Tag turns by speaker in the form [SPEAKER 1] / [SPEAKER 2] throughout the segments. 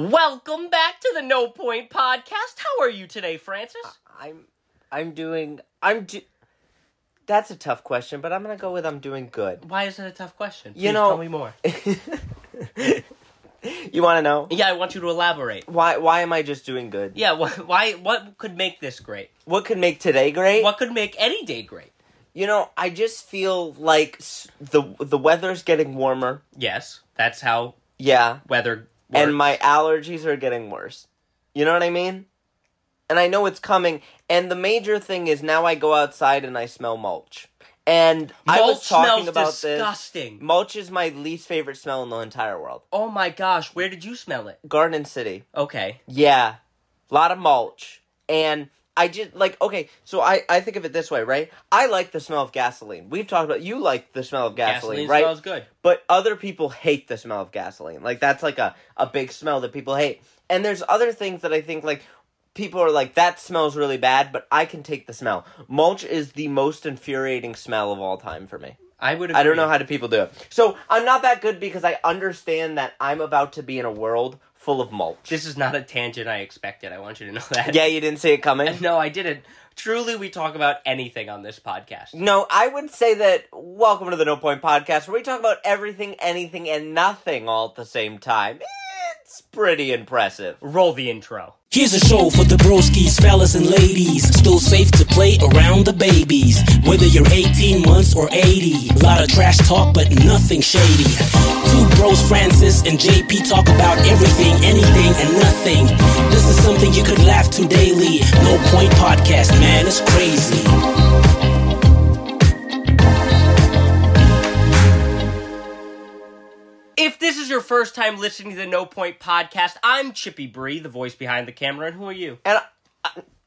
[SPEAKER 1] Welcome back to the No Point Podcast. How are you today, Francis?
[SPEAKER 2] I'm I'm doing I'm do- That's a tough question, but I'm going to go with I'm doing good.
[SPEAKER 1] Why is it a tough question?
[SPEAKER 2] You
[SPEAKER 1] Please
[SPEAKER 2] know-
[SPEAKER 1] tell me more.
[SPEAKER 2] You want to know?
[SPEAKER 1] yeah, I want you to elaborate.
[SPEAKER 2] Why why am I just doing good?
[SPEAKER 1] Yeah, wh- why? What could make this great?
[SPEAKER 2] What could make today great?
[SPEAKER 1] What could make any day great?
[SPEAKER 2] You know, I just feel like s- the the weather's getting warmer.
[SPEAKER 1] Yes, that's how
[SPEAKER 2] Yeah.
[SPEAKER 1] weather.
[SPEAKER 2] And
[SPEAKER 1] works.
[SPEAKER 2] my allergies are getting worse. You know what I mean? And I know it's coming. And the major thing is now I go outside and I smell mulch. And I
[SPEAKER 1] mulch
[SPEAKER 2] was talking
[SPEAKER 1] smells
[SPEAKER 2] about this.
[SPEAKER 1] disgusting.
[SPEAKER 2] Mulch is my least favorite smell in the entire world.
[SPEAKER 1] Oh my gosh, where did you smell it?
[SPEAKER 2] Garden City.
[SPEAKER 1] Okay,
[SPEAKER 2] Yeah. A lot of mulch. And I just like okay, so I I think of it this way, right? I like the smell of gasoline. We've talked about you like the smell of gasoline,
[SPEAKER 1] gasoline
[SPEAKER 2] right?
[SPEAKER 1] smells good.
[SPEAKER 2] but other people hate the smell of gasoline. Like that's like a, a big smell that people hate. And there's other things that I think like people are like that smells really bad, but I can take the smell. Mulch is the most infuriating smell of all time for me.
[SPEAKER 1] I would. Agree.
[SPEAKER 2] I don't know how do people do it. So I'm not that good because I understand that I'm about to be in a world full of mulch.
[SPEAKER 1] This is not a tangent I expected. I want you to know that.
[SPEAKER 2] Yeah, you didn't see it coming.
[SPEAKER 1] No, I didn't. Truly, we talk about anything on this podcast.
[SPEAKER 2] No, I would say that welcome to the No Point Podcast, where we talk about everything, anything, and nothing all at the same time. It's pretty impressive.
[SPEAKER 1] Roll the intro.
[SPEAKER 3] Here's a show for the broskies, fellas, and ladies. Still safe to play around the babies. Whether you're 18 months or 80. Lot of trash talk, but nothing shady. Two bros, Francis and JP, talk about everything, anything, and nothing. This is something you could laugh to daily. No point podcast, man, it's crazy.
[SPEAKER 1] If this is your first time listening to the No Point Podcast, I'm Chippy Bree, the voice behind the camera, and who are you?
[SPEAKER 2] And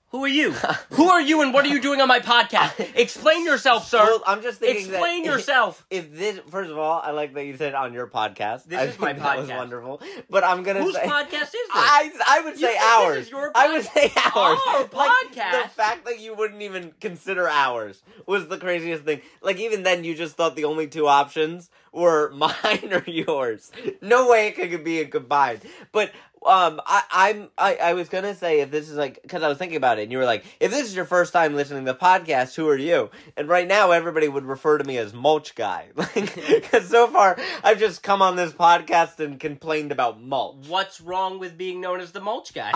[SPEAKER 1] Who are you? who are you, and what are you doing on my podcast? Explain yourself, sir.
[SPEAKER 2] well, I'm just thinking that-
[SPEAKER 1] Explain yourself.
[SPEAKER 2] If this, first of all, I like that you said on your podcast.
[SPEAKER 1] This
[SPEAKER 2] I
[SPEAKER 1] is
[SPEAKER 2] think
[SPEAKER 1] my
[SPEAKER 2] that was
[SPEAKER 1] podcast.
[SPEAKER 2] wonderful. But I'm gonna
[SPEAKER 1] Whose
[SPEAKER 2] say,
[SPEAKER 1] podcast is this?
[SPEAKER 2] I I would
[SPEAKER 1] You
[SPEAKER 2] say
[SPEAKER 1] think this
[SPEAKER 2] ours.
[SPEAKER 1] is your
[SPEAKER 2] I would
[SPEAKER 1] pod-
[SPEAKER 2] say ours.
[SPEAKER 1] Our
[SPEAKER 2] The
[SPEAKER 1] podcast?
[SPEAKER 2] fact that you wouldn't even consider ours was the craziest thing. Like even then, you just thought the only two options were mine or yours. No way it could be a combined. But um, I I'm I, I was gonna say if this is like because I was thinking about it, and you were like, if this is your first time listening to the podcast, who are you? And right now, everybody would refer to me as mulch guy, like because so far I've just come on this podcast and complained about mulch
[SPEAKER 1] What's wrong with being known as the mulch guy?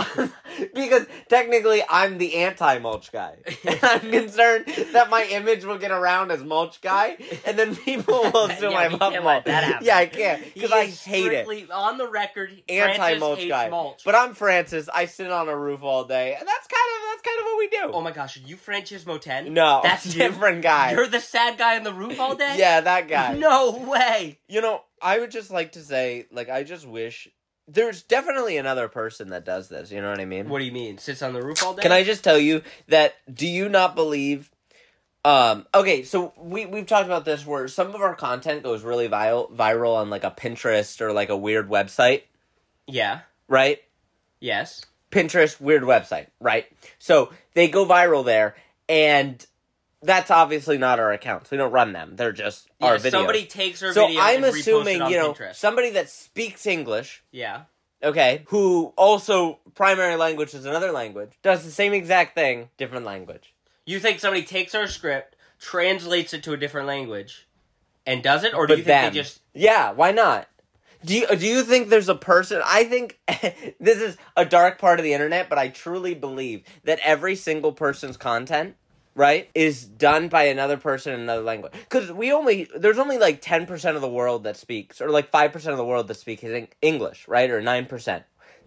[SPEAKER 2] because technically I'm the anti mulch guy. And I'm concerned that my image will get around as mulch guy and then people will assume
[SPEAKER 1] Yeah,
[SPEAKER 2] I
[SPEAKER 1] we
[SPEAKER 2] love
[SPEAKER 1] can't let
[SPEAKER 2] mulch.
[SPEAKER 1] that happen.
[SPEAKER 2] Yeah, I can't.
[SPEAKER 1] He
[SPEAKER 2] Because I
[SPEAKER 1] is
[SPEAKER 2] hate it.
[SPEAKER 1] strictly On the record,
[SPEAKER 2] Anti mulch
[SPEAKER 1] Francis
[SPEAKER 2] guy.
[SPEAKER 1] hates mulch.
[SPEAKER 2] But I'm Francis. I sit on a roof all day. And that's kind of that's kind of what we do.
[SPEAKER 1] oh my gosh, are you Francis Moten?
[SPEAKER 2] no,
[SPEAKER 1] that's you?
[SPEAKER 2] different guy.
[SPEAKER 1] You're the sad guy on the roof all day.
[SPEAKER 2] yeah, that guy.
[SPEAKER 1] No way.
[SPEAKER 2] You know, I would just like to say, like, I just wish there's definitely another person that does this, you know what I mean?
[SPEAKER 1] What do you mean? Sits on the roof all day?
[SPEAKER 2] Can I just tell you that do you not believe um okay, so we we've talked about this where some of our content goes really viral viral on like a Pinterest or like a weird website,
[SPEAKER 1] Yeah.
[SPEAKER 2] right?
[SPEAKER 1] Yes.
[SPEAKER 2] Pinterest weird website, right? So they go viral there and that's obviously not our accounts. We don't run them. They're just our
[SPEAKER 1] Yeah,
[SPEAKER 2] videos.
[SPEAKER 1] Somebody takes her
[SPEAKER 2] so
[SPEAKER 1] video.
[SPEAKER 2] I'm
[SPEAKER 1] and reposts it
[SPEAKER 2] assuming,
[SPEAKER 1] on
[SPEAKER 2] you know,
[SPEAKER 1] Pinterest.
[SPEAKER 2] somebody that speaks English
[SPEAKER 1] yeah.
[SPEAKER 2] okay, who also primary language is another language, does the same exact thing, different language.
[SPEAKER 1] You think somebody takes our script, translates it to a different language, and does it, or do
[SPEAKER 2] but
[SPEAKER 1] you think
[SPEAKER 2] them.
[SPEAKER 1] they just?
[SPEAKER 2] yeah, why not? Do you, do you think there's a person? I think this is a dark part of the internet, but I truly believe that every single person's content, right, is done by another person in another language. Because we only, there's only like 10% of the world that speaks, or like 5% of the world that speaks Eng- English, right, or 9%.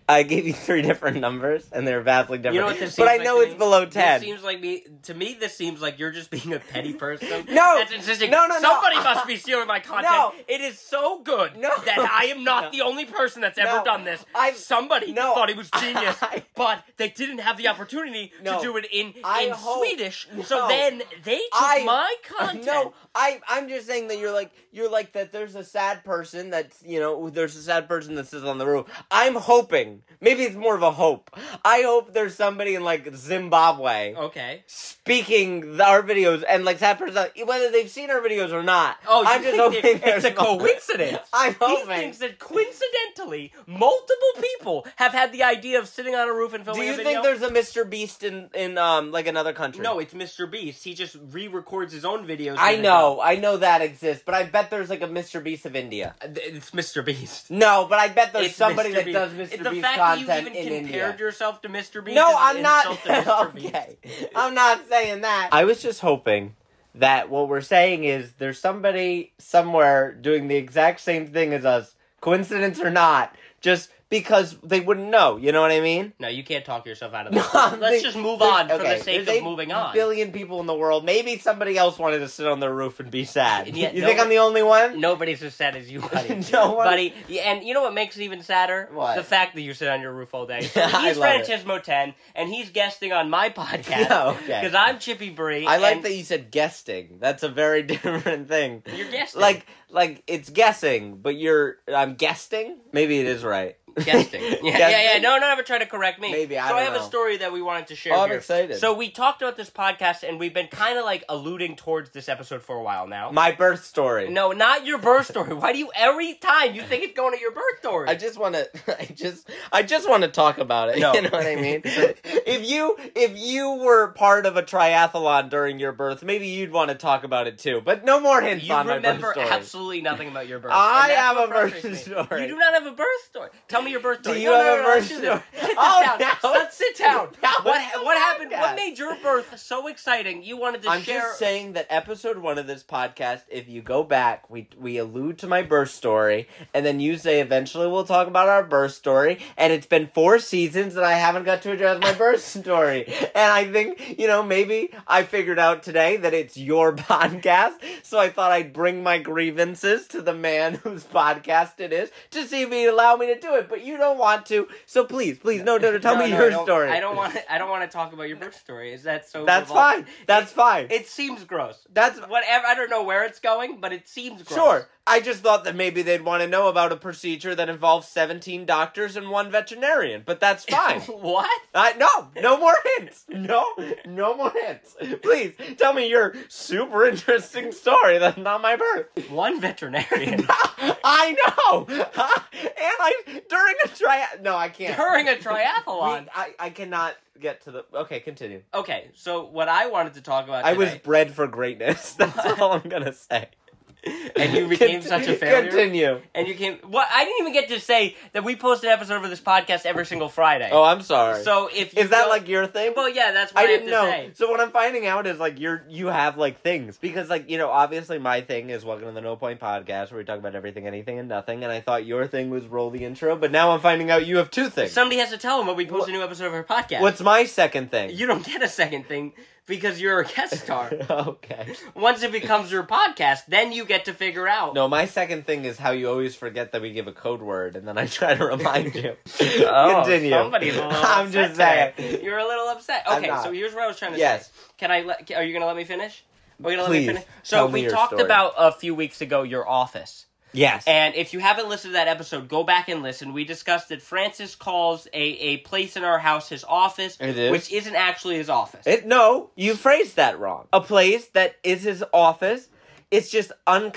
[SPEAKER 2] I gave you three different numbers, and they're vastly different.
[SPEAKER 1] You know what this seems
[SPEAKER 2] but I
[SPEAKER 1] like
[SPEAKER 2] know
[SPEAKER 1] to
[SPEAKER 2] it's
[SPEAKER 1] me?
[SPEAKER 2] below ten.
[SPEAKER 1] This seems like me to me. This seems like you're just being a petty person.
[SPEAKER 2] No.
[SPEAKER 1] that's insisting.
[SPEAKER 2] No, no, no.
[SPEAKER 1] Somebody must be stealing my content.
[SPEAKER 2] No.
[SPEAKER 1] it is so good
[SPEAKER 2] No.
[SPEAKER 1] that I am not the only person that's ever
[SPEAKER 2] No.
[SPEAKER 1] done this.
[SPEAKER 2] I've-
[SPEAKER 1] Somebody
[SPEAKER 2] No.
[SPEAKER 1] thought it was genius,
[SPEAKER 2] I-
[SPEAKER 1] but they didn't have the opportunity
[SPEAKER 2] No.
[SPEAKER 1] to do it in
[SPEAKER 2] I
[SPEAKER 1] in
[SPEAKER 2] hope-
[SPEAKER 1] Swedish. So
[SPEAKER 2] No.
[SPEAKER 1] then they took
[SPEAKER 2] I-
[SPEAKER 1] my content.
[SPEAKER 2] No, I I'm just saying that you're like you're like that. There's a sad person that's you know there's a sad person that sits on the roof. I'm hoping hoping. Maybe it's more of a hope. I hope there's somebody in like Zimbabwe
[SPEAKER 1] Okay.
[SPEAKER 2] speaking the, our videos and like that person, whether they've seen our videos or not.
[SPEAKER 1] Oh, you
[SPEAKER 2] I'm just
[SPEAKER 1] think
[SPEAKER 2] hoping
[SPEAKER 1] it-
[SPEAKER 2] there's
[SPEAKER 1] it's a
[SPEAKER 2] no-
[SPEAKER 1] coincidence.
[SPEAKER 2] I'm
[SPEAKER 1] He
[SPEAKER 2] hoping.
[SPEAKER 1] thinks that coincidentally, multiple people have had the idea of sitting on a roof and filming
[SPEAKER 2] Do
[SPEAKER 1] a
[SPEAKER 2] you
[SPEAKER 1] video.
[SPEAKER 2] think there's a Mr. Beast in in um like another country?
[SPEAKER 1] no, it's Mr. Beast. He just re-records his own videos.
[SPEAKER 2] I
[SPEAKER 1] and-
[SPEAKER 2] know, I know that exists, but I bet there's like a Mr. Beast of India.
[SPEAKER 1] It's Mr. Beast.
[SPEAKER 2] No, but I bet there's
[SPEAKER 1] It's
[SPEAKER 2] somebody
[SPEAKER 1] Mr.
[SPEAKER 2] that
[SPEAKER 1] Beast.
[SPEAKER 2] does
[SPEAKER 1] It-
[SPEAKER 2] Mr.
[SPEAKER 1] The
[SPEAKER 2] Beast
[SPEAKER 1] fact
[SPEAKER 2] content
[SPEAKER 1] that you even
[SPEAKER 2] in
[SPEAKER 1] compared
[SPEAKER 2] India.
[SPEAKER 1] yourself to Mr. Beast.
[SPEAKER 2] No,
[SPEAKER 1] is an
[SPEAKER 2] I'm not.
[SPEAKER 1] insult to Mr. Beast.
[SPEAKER 2] okay, I'm not saying that. I was just hoping that what we're saying is there's somebody somewhere doing the exact same thing as us, coincidence or not, just because they wouldn't know. You know what I mean?
[SPEAKER 1] No, you can't talk yourself out of
[SPEAKER 2] No,
[SPEAKER 1] this.
[SPEAKER 2] I'm
[SPEAKER 1] Let's
[SPEAKER 2] think-
[SPEAKER 1] just move
[SPEAKER 2] there's-
[SPEAKER 1] on for
[SPEAKER 2] okay,
[SPEAKER 1] the sake
[SPEAKER 2] there's
[SPEAKER 1] of moving on.
[SPEAKER 2] Eight billion people in the world. Maybe somebody else wanted to sit on their roof and be sad.
[SPEAKER 1] And yet
[SPEAKER 2] you
[SPEAKER 1] no
[SPEAKER 2] think
[SPEAKER 1] one-
[SPEAKER 2] I'm the only one?
[SPEAKER 1] Nobody's as sad as you, buddy.
[SPEAKER 2] No one-
[SPEAKER 1] buddy. yeah, And you know what makes it even sadder?
[SPEAKER 2] What?
[SPEAKER 1] The fact that you sit on your roof all day. So
[SPEAKER 2] Yeah, I
[SPEAKER 1] he's
[SPEAKER 2] love it.
[SPEAKER 1] Francesmo Ten, and he's guesting on my podcast.
[SPEAKER 2] Yeah, okay.
[SPEAKER 1] Because I'm Chippy Bree.
[SPEAKER 2] I like
[SPEAKER 1] and
[SPEAKER 2] that you said guesting. That's a very different thing.
[SPEAKER 1] You're guessing.
[SPEAKER 2] Like, like it's guessing, but you're I'm guesting. Maybe it is right.
[SPEAKER 1] Guesting. Yeah, yeah, yeah. No, no, ever try to correct me.
[SPEAKER 2] Maybe, I
[SPEAKER 1] So I
[SPEAKER 2] don't
[SPEAKER 1] have a
[SPEAKER 2] know.
[SPEAKER 1] story that we wanted to share
[SPEAKER 2] Oh, I'm
[SPEAKER 1] here.
[SPEAKER 2] excited.
[SPEAKER 1] So we talked about this podcast, and we've been kind of like alluding towards this episode for a while now.
[SPEAKER 2] My birth story.
[SPEAKER 1] no, not your birth story. Why do you every time you think it's going to your birth story?
[SPEAKER 2] I just want to. I just. I just want to talk about it.
[SPEAKER 1] No.
[SPEAKER 2] You know what I mean. if you if you were part of a triathlon during your birth, maybe you'd want to talk about it too. But no more hints
[SPEAKER 1] You
[SPEAKER 2] on my birth
[SPEAKER 1] remember
[SPEAKER 2] story.
[SPEAKER 1] absolutely nothing about your birth. and
[SPEAKER 2] I
[SPEAKER 1] that's
[SPEAKER 2] have
[SPEAKER 1] what
[SPEAKER 2] a birth
[SPEAKER 1] frustrates me.
[SPEAKER 2] story.
[SPEAKER 1] You do not have a birth story. Tell me your birth
[SPEAKER 2] Do
[SPEAKER 1] story.
[SPEAKER 2] you
[SPEAKER 1] No, no,
[SPEAKER 2] have
[SPEAKER 1] no,
[SPEAKER 2] a
[SPEAKER 1] no, let's
[SPEAKER 2] birth
[SPEAKER 1] do this.
[SPEAKER 2] story?
[SPEAKER 1] Sit this
[SPEAKER 2] Oh,
[SPEAKER 1] down.
[SPEAKER 2] now
[SPEAKER 1] Let's sit
[SPEAKER 2] it's-
[SPEAKER 1] down.
[SPEAKER 2] now
[SPEAKER 1] What,
[SPEAKER 2] it's a
[SPEAKER 1] what happened? What
[SPEAKER 2] podcast.
[SPEAKER 1] made your birth so exciting? You wanted to
[SPEAKER 2] I'm
[SPEAKER 1] share.
[SPEAKER 2] just saying that episode one of this podcast, if you go back, we we allude to my birth story, and then you say eventually we'll talk about our birth story, and it's been four seasons that I haven't got to address my birth story. And I think, you know, maybe I figured out today that it's your podcast, so I thought I'd bring my grievances to the man whose podcast it is to see if he'd allow me to do it. But you don't want to, so please, please, no, no, no tell
[SPEAKER 1] No,
[SPEAKER 2] me
[SPEAKER 1] no, I
[SPEAKER 2] your
[SPEAKER 1] don't-
[SPEAKER 2] story.
[SPEAKER 1] I don't want. to. I don't want to talk about your birth story. Is that so?
[SPEAKER 2] That's
[SPEAKER 1] revolting?
[SPEAKER 2] fine. That's fine.
[SPEAKER 1] It seems gross.
[SPEAKER 2] That's
[SPEAKER 1] Whatever. I don't know where it's going, but it seems gross.
[SPEAKER 2] Sure. I just thought that maybe they'd want to know about a procedure that involves 17 doctors and one veterinarian, but that's fine.
[SPEAKER 1] what?
[SPEAKER 2] I, no, no more hints. No, no more hints. Please tell me your super interesting story that's not my birth.
[SPEAKER 1] One veterinarian
[SPEAKER 2] I know. and I during a triad. No, I can't.
[SPEAKER 1] during a
[SPEAKER 2] We-
[SPEAKER 1] triathlon.
[SPEAKER 2] I, I cannot get to the. Okay, continue.
[SPEAKER 1] Okay, so what I wanted to talk about.
[SPEAKER 2] I was
[SPEAKER 1] today-
[SPEAKER 2] bred for greatness. That's all I'm gonna say.
[SPEAKER 1] And you became
[SPEAKER 2] Conti-
[SPEAKER 1] such a failure?
[SPEAKER 2] Continue.
[SPEAKER 1] and you came. What I didn't even get to say that we post an episode of this podcast every single Friday.
[SPEAKER 2] Oh, I'm sorry.
[SPEAKER 1] so if you
[SPEAKER 2] is that
[SPEAKER 1] go-
[SPEAKER 2] like your thing?
[SPEAKER 1] well, yeah, that's what I,
[SPEAKER 2] I didn't
[SPEAKER 1] have
[SPEAKER 2] know.
[SPEAKER 1] to say.
[SPEAKER 2] So what I'm finding out is like you're you have like things because like you know obviously my thing is welcome to the No Point Podcast where we talk about everything, anything, and nothing. And I thought your thing was roll the intro, but now I'm finding out you have two things.
[SPEAKER 1] Somebody has to tell them when we post a new episode of our podcast.
[SPEAKER 2] What's my second thing?
[SPEAKER 1] you don't get a second thing because you're a guest star.
[SPEAKER 2] okay.
[SPEAKER 1] Once it becomes your podcast, then you get to figure out.
[SPEAKER 2] No, my second thing is how you always forget that we give a code word, and then I try to remind you.
[SPEAKER 1] Oh,
[SPEAKER 2] Continue.
[SPEAKER 1] Somebody's a little
[SPEAKER 2] I'm
[SPEAKER 1] upset
[SPEAKER 2] just
[SPEAKER 1] today.
[SPEAKER 2] saying.
[SPEAKER 1] You're a little upset.
[SPEAKER 2] I'm
[SPEAKER 1] Okay,
[SPEAKER 2] not.
[SPEAKER 1] so here's what I was trying to
[SPEAKER 2] Yes.
[SPEAKER 1] say. Can I? Let, are you gonna let me finish? Are you gonna
[SPEAKER 2] Please,
[SPEAKER 1] let me finish? So
[SPEAKER 2] tell me
[SPEAKER 1] we
[SPEAKER 2] your
[SPEAKER 1] talked
[SPEAKER 2] story.
[SPEAKER 1] about a few weeks ago your office.
[SPEAKER 2] Yes.
[SPEAKER 1] And if you haven't listened to that episode, go back and listen. We discussed that Francis calls a, a place in our house his office,
[SPEAKER 2] It is.
[SPEAKER 1] which isn't actually his office.
[SPEAKER 2] It, no, you phrased that wrong. A place that is his office. It's just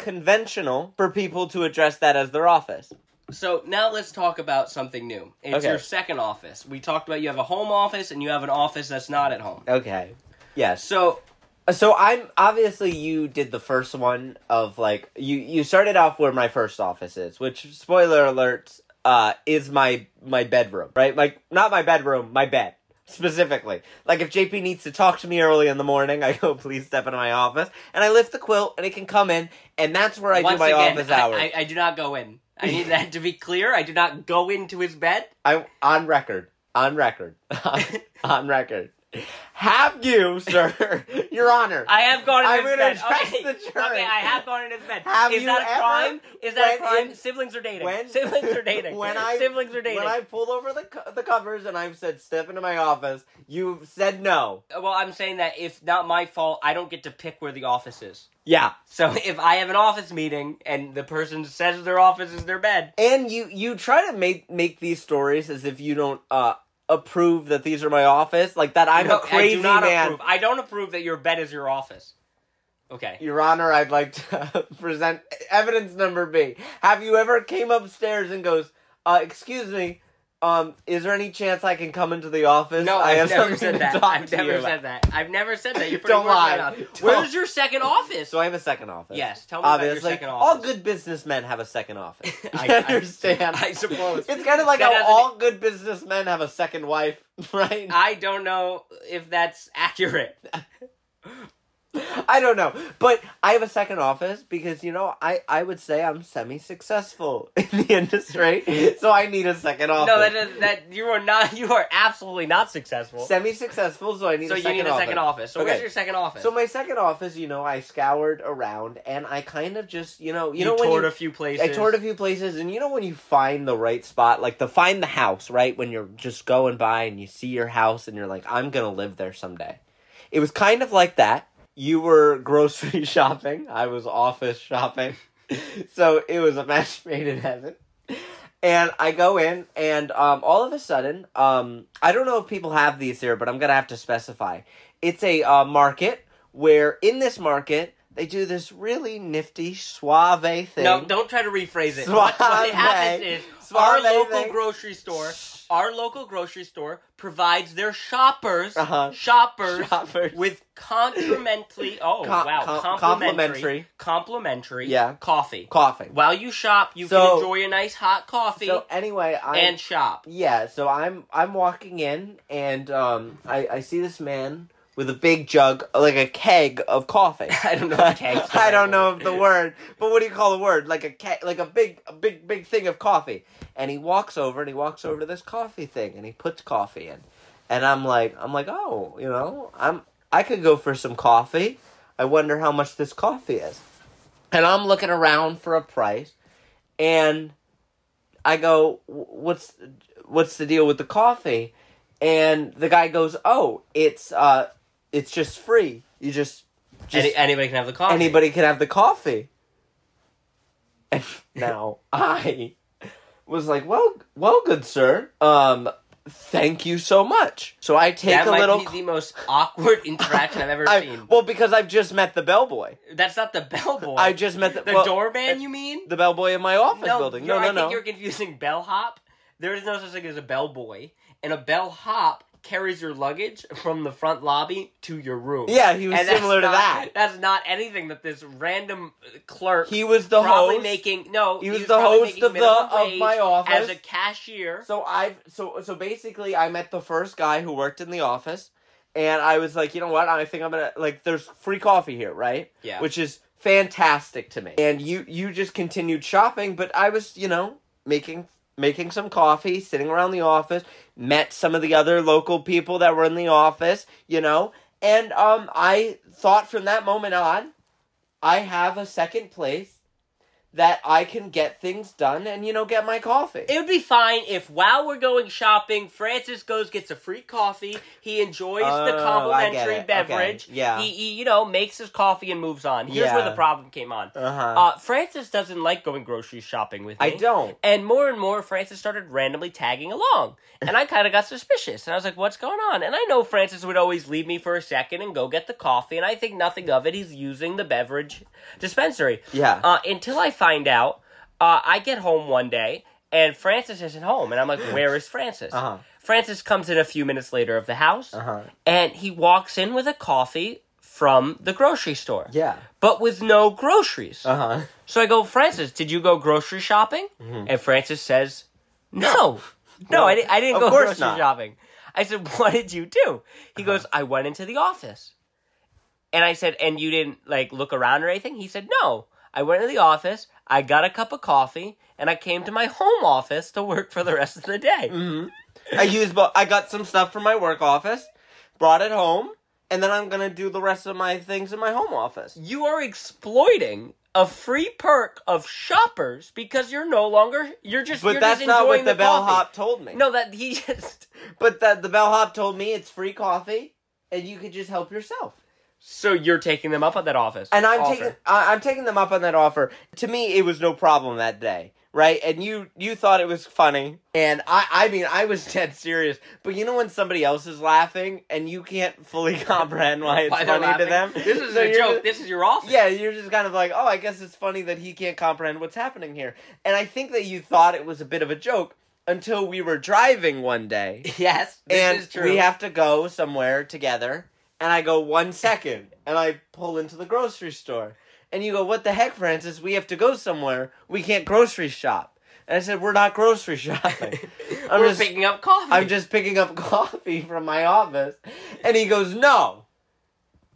[SPEAKER 2] unconventional for people to address that as their office.
[SPEAKER 1] so now let's talk about something new. It's
[SPEAKER 2] Okay.
[SPEAKER 1] your second office. We talked about you have a home office and you have an office that's not at home.
[SPEAKER 2] Okay. Yes.
[SPEAKER 1] So
[SPEAKER 2] So I'm obviously you did the first one of like you you started off where my first office is, which spoiler alert uh is my my bedroom, right? Like not my bedroom, my bed specifically. Like if JP needs to talk to me early in the morning, I go please step into my office and I lift the quilt and it can come in and that's where I
[SPEAKER 1] once
[SPEAKER 2] do my
[SPEAKER 1] again,
[SPEAKER 2] office
[SPEAKER 1] I-
[SPEAKER 2] hours.
[SPEAKER 1] I, I do not go in. I need that to be clear. I do not go into his bed.
[SPEAKER 2] I on record, on record, on record. Have you, sir, Your Honor?
[SPEAKER 1] I have gone in
[SPEAKER 2] I'm
[SPEAKER 1] his
[SPEAKER 2] gonna
[SPEAKER 1] bed.
[SPEAKER 2] address
[SPEAKER 1] okay.
[SPEAKER 2] the jury.
[SPEAKER 1] okay, I have gone in his bed.
[SPEAKER 2] Have
[SPEAKER 1] Is
[SPEAKER 2] you
[SPEAKER 1] that a
[SPEAKER 2] ever
[SPEAKER 1] crime? Is that a
[SPEAKER 2] went
[SPEAKER 1] crime?
[SPEAKER 2] in-
[SPEAKER 1] Siblings are dating.
[SPEAKER 2] when
[SPEAKER 1] Siblings are dating.
[SPEAKER 2] When I
[SPEAKER 1] Siblings are dating.
[SPEAKER 2] When I pulled over the co- the covers and I've said step into my office, you've said no.
[SPEAKER 1] Well, I'm saying that if not my fault, I don't get to pick where the office is.
[SPEAKER 2] Yeah.
[SPEAKER 1] So if I have an office meeting and the person says their office is their bed,
[SPEAKER 2] And you you try to make make these stories as if you don't uh approve that these are my office, like that I'm
[SPEAKER 1] No,
[SPEAKER 2] a crazy
[SPEAKER 1] I do not
[SPEAKER 2] man.
[SPEAKER 1] approve. I don't approve that your bed is your office. Okay.
[SPEAKER 2] Your Honor, I'd like to present evidence number B. Have you ever came upstairs and goes, uh, "Excuse me, um, is there any chance I can come into the office?
[SPEAKER 1] No,
[SPEAKER 2] I
[SPEAKER 1] I've
[SPEAKER 2] have
[SPEAKER 1] never
[SPEAKER 2] something to
[SPEAKER 1] said that.
[SPEAKER 2] talk
[SPEAKER 1] I've
[SPEAKER 2] to you
[SPEAKER 1] never
[SPEAKER 2] about."
[SPEAKER 1] said that. I've never said that. You're pretty
[SPEAKER 2] Don't
[SPEAKER 1] working
[SPEAKER 2] lie.
[SPEAKER 1] that out.
[SPEAKER 2] Don't-
[SPEAKER 1] Where's your second office?
[SPEAKER 2] So I have a second office.
[SPEAKER 1] Yes, tell me about your
[SPEAKER 2] obviously,
[SPEAKER 1] second
[SPEAKER 2] all
[SPEAKER 1] office.
[SPEAKER 2] good businessmen have a second office.
[SPEAKER 1] I-
[SPEAKER 2] You
[SPEAKER 1] I-
[SPEAKER 2] understand.
[SPEAKER 1] I suppose.
[SPEAKER 2] it's kind of like
[SPEAKER 1] That
[SPEAKER 2] how
[SPEAKER 1] doesn't- e-
[SPEAKER 2] all good businessmen have a second wife, right?
[SPEAKER 1] I don't know if that's accurate.
[SPEAKER 2] I don't know, but I have a second office because you know I I would say I'm semi-successful in the industry, so I need a second office.
[SPEAKER 1] No, that is, that you are not. You are absolutely not successful.
[SPEAKER 2] semi-successful, so I need
[SPEAKER 1] so
[SPEAKER 2] a
[SPEAKER 1] you
[SPEAKER 2] second
[SPEAKER 1] need a
[SPEAKER 2] office.
[SPEAKER 1] second office. So
[SPEAKER 2] Okay.
[SPEAKER 1] where's your second office?
[SPEAKER 2] So my second office, you know, I scoured around and I kind of just, you know, you,
[SPEAKER 1] you,
[SPEAKER 2] know when
[SPEAKER 1] toured
[SPEAKER 2] you,
[SPEAKER 1] a few places.
[SPEAKER 2] I toured a few places, and you know when you find the right spot, like the find the house, right? When you're just going by and you see your house, and you're like, I'm gonna live there someday. It was kind of like that. You were grocery shopping. I was office shopping. so it was a match made in heaven. And I go in, and um, all of a sudden, um, I don't know if people have these here, but I'm gonna have to specify. It's a uh, market where in this market they do this really nifty suave thing.
[SPEAKER 1] No, don't try to rephrase it. what, what
[SPEAKER 2] Suave.
[SPEAKER 1] happens is our
[SPEAKER 2] Suave.
[SPEAKER 1] local grocery store, our local grocery store provides their shoppers,
[SPEAKER 2] Uh-huh.
[SPEAKER 1] shoppers,
[SPEAKER 2] Shoppers.
[SPEAKER 1] with complimentary. Oh
[SPEAKER 2] Com-
[SPEAKER 1] wow,
[SPEAKER 2] com-
[SPEAKER 1] complimentary, complimentary,
[SPEAKER 2] Yeah.
[SPEAKER 1] coffee.
[SPEAKER 2] coughing.
[SPEAKER 1] While you shop, you
[SPEAKER 2] So-
[SPEAKER 1] can enjoy a nice hot coffee
[SPEAKER 2] So anyway, I
[SPEAKER 1] and shop.
[SPEAKER 2] yeah, so I'm I'm walking in and um I I see this man with a big jug, like a keg of coffee.
[SPEAKER 1] I don't know if keg's the
[SPEAKER 2] I
[SPEAKER 1] right
[SPEAKER 2] don't know
[SPEAKER 1] word.
[SPEAKER 2] if the word, but what do you call a word? Like a keg, like a big, a big, big thing of coffee. And he walks over and he walks over to this coffee thing and he puts coffee in, and I'm like, I'm like, oh, you know, I'm I could go for some coffee. I wonder how much this coffee is, and I'm looking around for a price, and I go, "Wh- "What's what's the deal with the coffee?" And the guy goes, "Oh, it's uh, it's just free. You just, just
[SPEAKER 1] Any, anybody can have the coffee.
[SPEAKER 2] anybody can have the coffee." And now I was like, "Well, well, good sir. Um, thank you so much." So I take
[SPEAKER 1] That
[SPEAKER 2] a
[SPEAKER 1] might
[SPEAKER 2] little.
[SPEAKER 1] be the most awkward interaction I've ever
[SPEAKER 2] I-
[SPEAKER 1] seen.
[SPEAKER 2] well, because I've just met the bellboy.
[SPEAKER 1] That's not the bellboy.
[SPEAKER 2] I just met the,
[SPEAKER 1] the
[SPEAKER 2] well,
[SPEAKER 1] doorman. You mean?
[SPEAKER 2] the bellboy in my office building.
[SPEAKER 1] you're-
[SPEAKER 2] No, no,
[SPEAKER 1] I think
[SPEAKER 2] no.
[SPEAKER 1] you're confusing bellhop. There is no such thing as a bellboy, and a bellhop carries your luggage from the front lobby to your room.
[SPEAKER 2] Yeah, he was
[SPEAKER 1] And that's
[SPEAKER 2] similar to
[SPEAKER 1] not-
[SPEAKER 2] that.
[SPEAKER 1] That's not anything that this random uh, clerk.
[SPEAKER 2] He was the
[SPEAKER 1] probably
[SPEAKER 2] host.
[SPEAKER 1] making no.
[SPEAKER 2] He was the
[SPEAKER 1] probably
[SPEAKER 2] host
[SPEAKER 1] making
[SPEAKER 2] of the-
[SPEAKER 1] minimum
[SPEAKER 2] of
[SPEAKER 1] wage
[SPEAKER 2] my office.
[SPEAKER 1] as a cashier.
[SPEAKER 2] So I've so so basically I met the first guy who worked in the office and I was like, you know what, I think I'm gonna like there's free coffee here, right?
[SPEAKER 1] Yeah.
[SPEAKER 2] Which is fantastic to me. And you you just continued shopping, but I was, you know, making making some coffee, sitting around the office, met some of the other local people that were in the office, you know, and um I thought from that moment on, I have a second place that I can get things done and you know get my coffee.
[SPEAKER 1] It would be fine if while we're going shopping, Francis goes gets a free coffee. He enjoys the
[SPEAKER 2] Oh, I
[SPEAKER 1] complimentary
[SPEAKER 2] get it. Okay,
[SPEAKER 1] beverage.
[SPEAKER 2] yeah.
[SPEAKER 1] He, he, you know, makes his coffee and moves on. Here's where
[SPEAKER 2] Yeah.
[SPEAKER 1] the problem came on.
[SPEAKER 2] Uh-huh.
[SPEAKER 1] Uh, Francis doesn't like going grocery shopping with me.
[SPEAKER 2] I don't.
[SPEAKER 1] And more and more, Francis started randomly tagging along. And I kind of got suspicious. And I was like, what's going on? And I know Francis would always leave me for a second and go get the coffee. And I think nothing of it. He's using the beverage dispensary.
[SPEAKER 2] Yeah.
[SPEAKER 1] Uh, until I find out, uh, I get home one day and Francis isn't home. And I'm like, where is Francis?
[SPEAKER 2] Uh-huh.
[SPEAKER 1] Francis comes in a few minutes later of the house.
[SPEAKER 2] Uh-huh.
[SPEAKER 1] And he walks in with a coffee from the grocery store.
[SPEAKER 2] Yeah.
[SPEAKER 1] But with no groceries.
[SPEAKER 2] Uh huh.
[SPEAKER 1] So I go, Francis, did you go grocery shopping?
[SPEAKER 2] Mm-hmm.
[SPEAKER 1] And Francis says, No. No, I, di- I didn't
[SPEAKER 2] Of
[SPEAKER 1] go
[SPEAKER 2] course
[SPEAKER 1] grocery
[SPEAKER 2] not. Uh-huh.
[SPEAKER 1] shopping. I said, What did you do? He goes, I went into the office. And I said, And you didn't like look around or anything? He said, No. I went to the office, I got a cup of coffee, and I came to my home office to work for the rest of the day.
[SPEAKER 2] Mm-hmm. I used. Bo- I got some stuff from my work office, brought it home, and then I'm gonna do the rest of my things in my home office.
[SPEAKER 1] You are exploiting a free perk of shoppers because you're no longer you're just
[SPEAKER 2] But
[SPEAKER 1] you're
[SPEAKER 2] that's
[SPEAKER 1] just
[SPEAKER 2] not
[SPEAKER 1] enjoying
[SPEAKER 2] what the,
[SPEAKER 1] the coffee.
[SPEAKER 2] bellhop told me.
[SPEAKER 1] No, that he just
[SPEAKER 2] but the the bellhop told me it's free coffee, and you could just help yourself.
[SPEAKER 1] So you're taking them up on that office.
[SPEAKER 2] and I'm
[SPEAKER 1] offer.
[SPEAKER 2] taking I, I'm taking them up on that offer. To me, it was no problem that day, right? And you you thought it was funny, and I I mean I was dead serious. But you know when somebody else is laughing and you can't fully comprehend why it's
[SPEAKER 1] Why they're
[SPEAKER 2] funny to them.
[SPEAKER 1] laughing? This is
[SPEAKER 2] So
[SPEAKER 1] a
[SPEAKER 2] you're
[SPEAKER 1] joke.
[SPEAKER 2] just-
[SPEAKER 1] This is your office.
[SPEAKER 2] yeah, you're just kind of like, oh, I guess it's funny that he can't comprehend what's happening here. And I think that you thought it was a bit of a joke until we were driving one day
[SPEAKER 1] Yes. This
[SPEAKER 2] and
[SPEAKER 1] is true.
[SPEAKER 2] we have to go somewhere together. And I go one second, and I pull into the grocery store. And you go, what the heck, Francis? We have to go somewhere. We can't grocery shop. And I said, we're not grocery shopping. I'm
[SPEAKER 1] We're
[SPEAKER 2] just,
[SPEAKER 1] picking up coffee.
[SPEAKER 2] I'm just picking up coffee from my office. And he goes, no.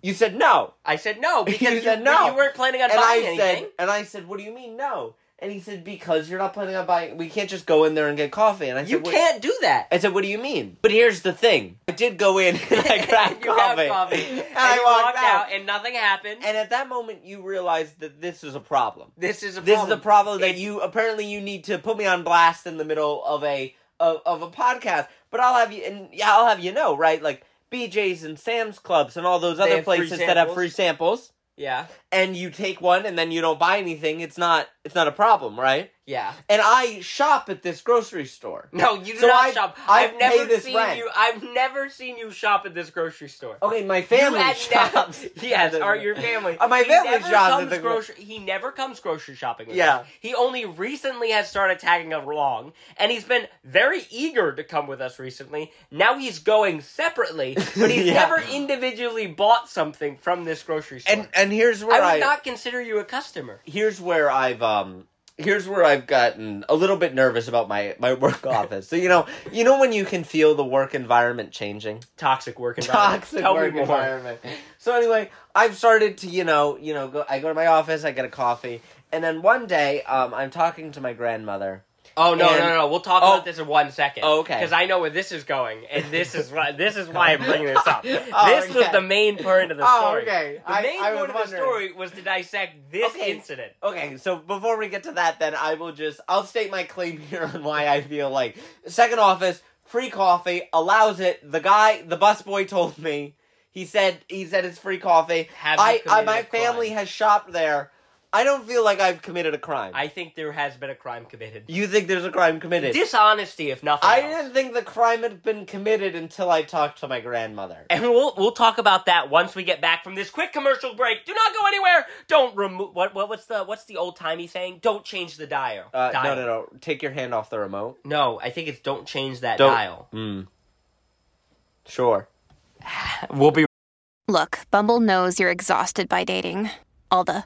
[SPEAKER 2] You said no.
[SPEAKER 1] I said no because you,
[SPEAKER 2] said no.
[SPEAKER 1] you weren't planning on
[SPEAKER 2] And I
[SPEAKER 1] buying anything.
[SPEAKER 2] said, and I said, what do you mean no? And he said, because you're not planning on buying. We can't just go in there and get coffee. And I said,
[SPEAKER 1] you
[SPEAKER 2] "What-
[SPEAKER 1] can't do that.
[SPEAKER 2] I said, "What do you mean?" But here's the thing: I did go in and I grabbed
[SPEAKER 1] you grabbed
[SPEAKER 2] coffee,
[SPEAKER 1] coffee,
[SPEAKER 2] and,
[SPEAKER 1] and
[SPEAKER 2] I
[SPEAKER 1] you
[SPEAKER 2] walked, out.
[SPEAKER 1] and nothing happened.
[SPEAKER 2] And at that moment, you realized that this is a problem.
[SPEAKER 1] this is a
[SPEAKER 2] This
[SPEAKER 1] problem.
[SPEAKER 2] is a problem that
[SPEAKER 1] It's-
[SPEAKER 2] you apparently you need to put me on blast in the middle of a of, of a podcast. But I'll have you and yeah, I'll have you know, right? Like BJ's and Sam's Clubs and all those other
[SPEAKER 1] have free
[SPEAKER 2] places that have
[SPEAKER 1] samples.
[SPEAKER 2] free samples.
[SPEAKER 1] Yeah,
[SPEAKER 2] And you take one and then you don't buy anything. It's not it's not a problem, right?
[SPEAKER 1] yeah.
[SPEAKER 2] And I shop at this grocery store.
[SPEAKER 1] No, you do
[SPEAKER 2] So
[SPEAKER 1] not
[SPEAKER 2] I-
[SPEAKER 1] shop.
[SPEAKER 2] I
[SPEAKER 1] have
[SPEAKER 2] pay
[SPEAKER 1] never
[SPEAKER 2] this
[SPEAKER 1] seen
[SPEAKER 2] rent.
[SPEAKER 1] you. I've never seen you shop at this grocery store.
[SPEAKER 2] Okay, my family
[SPEAKER 1] you had
[SPEAKER 2] shops.
[SPEAKER 1] Never, yes, or your family.
[SPEAKER 2] Uh, my
[SPEAKER 1] He
[SPEAKER 2] family
[SPEAKER 1] never
[SPEAKER 2] shops at
[SPEAKER 1] comes
[SPEAKER 2] the gro-
[SPEAKER 1] grocery. He never comes grocery shopping. With
[SPEAKER 2] Yeah.
[SPEAKER 1] us. He only recently has started tagging along, and he's been very eager to come with us recently. Now he's going separately, but he's
[SPEAKER 2] Yeah.
[SPEAKER 1] never individually bought something from this grocery store.
[SPEAKER 2] and and here's
[SPEAKER 1] I
[SPEAKER 2] where
[SPEAKER 1] would
[SPEAKER 2] I,
[SPEAKER 1] not consider you a customer.
[SPEAKER 2] here's where I've um here's where I've gotten a little bit nervous about my my work office. So you know you know when you can feel the work environment changing,
[SPEAKER 1] Toxic work environment.
[SPEAKER 2] toxic
[SPEAKER 1] Tell
[SPEAKER 2] work
[SPEAKER 1] me more.
[SPEAKER 2] environment. So anyway, I've started to you know you know go I go to my office, I get a coffee, and then one day um I'm talking to my grandmother.
[SPEAKER 1] Oh no,
[SPEAKER 2] And-
[SPEAKER 1] no, no! We'll talk
[SPEAKER 2] Oh.
[SPEAKER 1] about this in one second.
[SPEAKER 2] Oh, okay.
[SPEAKER 1] Because I know where this is going, and this is why this is why I'm bringing this up.
[SPEAKER 2] Oh,
[SPEAKER 1] this was
[SPEAKER 2] okay.
[SPEAKER 1] the main point of the
[SPEAKER 2] Oh,
[SPEAKER 1] story.
[SPEAKER 2] okay.
[SPEAKER 1] The
[SPEAKER 2] I-
[SPEAKER 1] main
[SPEAKER 2] I was
[SPEAKER 1] point of the
[SPEAKER 2] wondering.
[SPEAKER 1] story was to dissect this
[SPEAKER 2] Okay.
[SPEAKER 1] incident.
[SPEAKER 2] Okay, so before we get to that, then I will just I'll state my claim here on why I feel like second office free coffee allows it. The guy, the busboy, told me he said he said it's free coffee.
[SPEAKER 1] Have you
[SPEAKER 2] I, I
[SPEAKER 1] committed
[SPEAKER 2] my
[SPEAKER 1] a crime?
[SPEAKER 2] family has shopped there. I don't feel like I've committed a crime.
[SPEAKER 1] I think there has been a crime committed.
[SPEAKER 2] you think there's a crime committed?
[SPEAKER 1] Dishonesty, if nothing
[SPEAKER 2] I
[SPEAKER 1] else.
[SPEAKER 2] didn't think the crime had been committed until I talked to my grandmother.
[SPEAKER 1] And we'll we'll talk about that once we get back from this quick commercial break. Do not go anywhere. Don't remove what what what's the what's the old timey saying? Don't change the dial.
[SPEAKER 2] Uh, no,
[SPEAKER 1] dial.
[SPEAKER 2] no, no. Take your hand off the remote.
[SPEAKER 1] No, I think it's don't change that
[SPEAKER 2] Don't-
[SPEAKER 1] dial.
[SPEAKER 2] Mm. Sure.
[SPEAKER 1] We'll be
[SPEAKER 4] Look, Bumble knows you're exhausted by dating. All the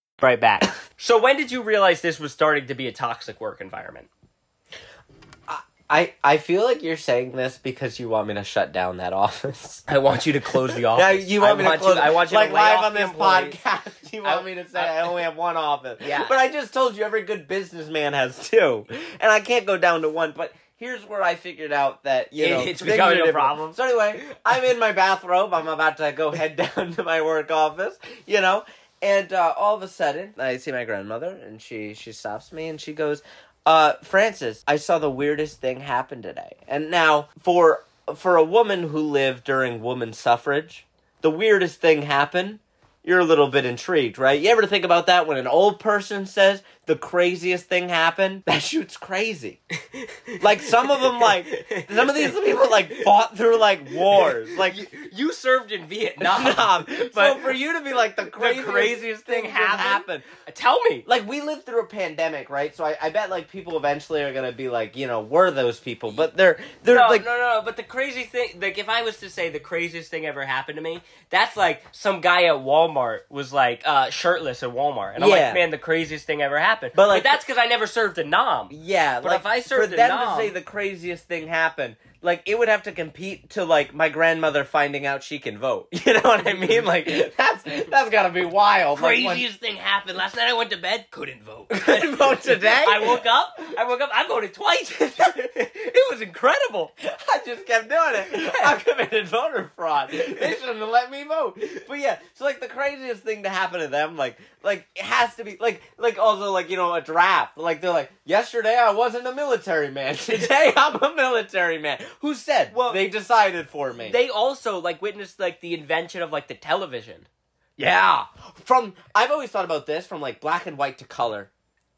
[SPEAKER 1] right back. so when did you realize this was starting to be a toxic work environment?
[SPEAKER 2] I, I feel like you're saying this because you want me to shut down that office.
[SPEAKER 1] I want you to close the
[SPEAKER 2] Yeah,
[SPEAKER 1] office.
[SPEAKER 2] you want me
[SPEAKER 1] I
[SPEAKER 2] to close.
[SPEAKER 1] You, I want you
[SPEAKER 2] like
[SPEAKER 1] to lay
[SPEAKER 2] live
[SPEAKER 1] off
[SPEAKER 2] on
[SPEAKER 1] the
[SPEAKER 2] this
[SPEAKER 1] employees.
[SPEAKER 2] podcast. You want
[SPEAKER 1] I-
[SPEAKER 2] me to say I only have one office?
[SPEAKER 1] Yeah.
[SPEAKER 2] But I just told you every good businessman has two, and I can't go down to one. But here's where I figured out that you
[SPEAKER 1] It-
[SPEAKER 2] know
[SPEAKER 1] it's
[SPEAKER 2] things
[SPEAKER 1] becoming
[SPEAKER 2] are
[SPEAKER 1] a
[SPEAKER 2] different.
[SPEAKER 1] problem.
[SPEAKER 2] So anyway, I'm in my bathrobe. I'm about to go head down to my work office. You know, and uh, all of a sudden I see my grandmother, and she she stops me, and she goes. Uh, Francis, I saw the weirdest thing happen today. And now, for for a woman who lived during woman suffrage, the weirdest thing happen, you're a little bit intrigued, right? You ever think about that when an old person says the craziest thing happen, that shoot's crazy. like some of them, like some of these people, like fought through like wars, like.
[SPEAKER 1] you, you served in Vietnam.
[SPEAKER 2] Nah,
[SPEAKER 1] but
[SPEAKER 2] so for you to be like the craziest,
[SPEAKER 1] craziest thing
[SPEAKER 2] thing, that
[SPEAKER 1] happened?
[SPEAKER 2] happened,
[SPEAKER 1] tell me.
[SPEAKER 2] like we lived through a pandemic, right? So I, I bet like people eventually are gonna be like, you know, were those people? But they're they're
[SPEAKER 1] No,
[SPEAKER 2] like
[SPEAKER 1] no, no, no. But the crazy thing, like, if I was to say the craziest thing ever happened to me, that's like some guy at Walmart was like uh, shirtless at Walmart, and I'm
[SPEAKER 2] Yeah.
[SPEAKER 1] like, man, the craziest thing ever happened.
[SPEAKER 2] But,
[SPEAKER 1] But
[SPEAKER 2] like-
[SPEAKER 1] like, that's because I never served a nom.
[SPEAKER 2] yeah.
[SPEAKER 1] But
[SPEAKER 2] like,
[SPEAKER 1] if I
[SPEAKER 2] for
[SPEAKER 1] served a
[SPEAKER 2] them
[SPEAKER 1] nom-
[SPEAKER 2] to say the craziest thing happened, like it would have to compete to like my grandmother finding out she can vote. You know what I mean? Like that's that's gotta be wild. Like, when-
[SPEAKER 1] Craziest thing happened last night. I went to bed, couldn't vote.
[SPEAKER 2] Couldn't vote today?
[SPEAKER 1] I woke up. I woke up. I voted twice. it was incredible.
[SPEAKER 2] I just kept doing it. I committed voter fraud. They shouldn't have let me vote. But yeah, so like the craziest thing to happen to them, like like it has to be like like also like you know a draft. Like they're like yesterday I wasn't a military man. Today I'm a military man. Who said?
[SPEAKER 1] Well,
[SPEAKER 2] they decided for me.
[SPEAKER 1] They also like witnessed like the invention of like the television.
[SPEAKER 2] yeah. From I've always thought about this from like black and white to color.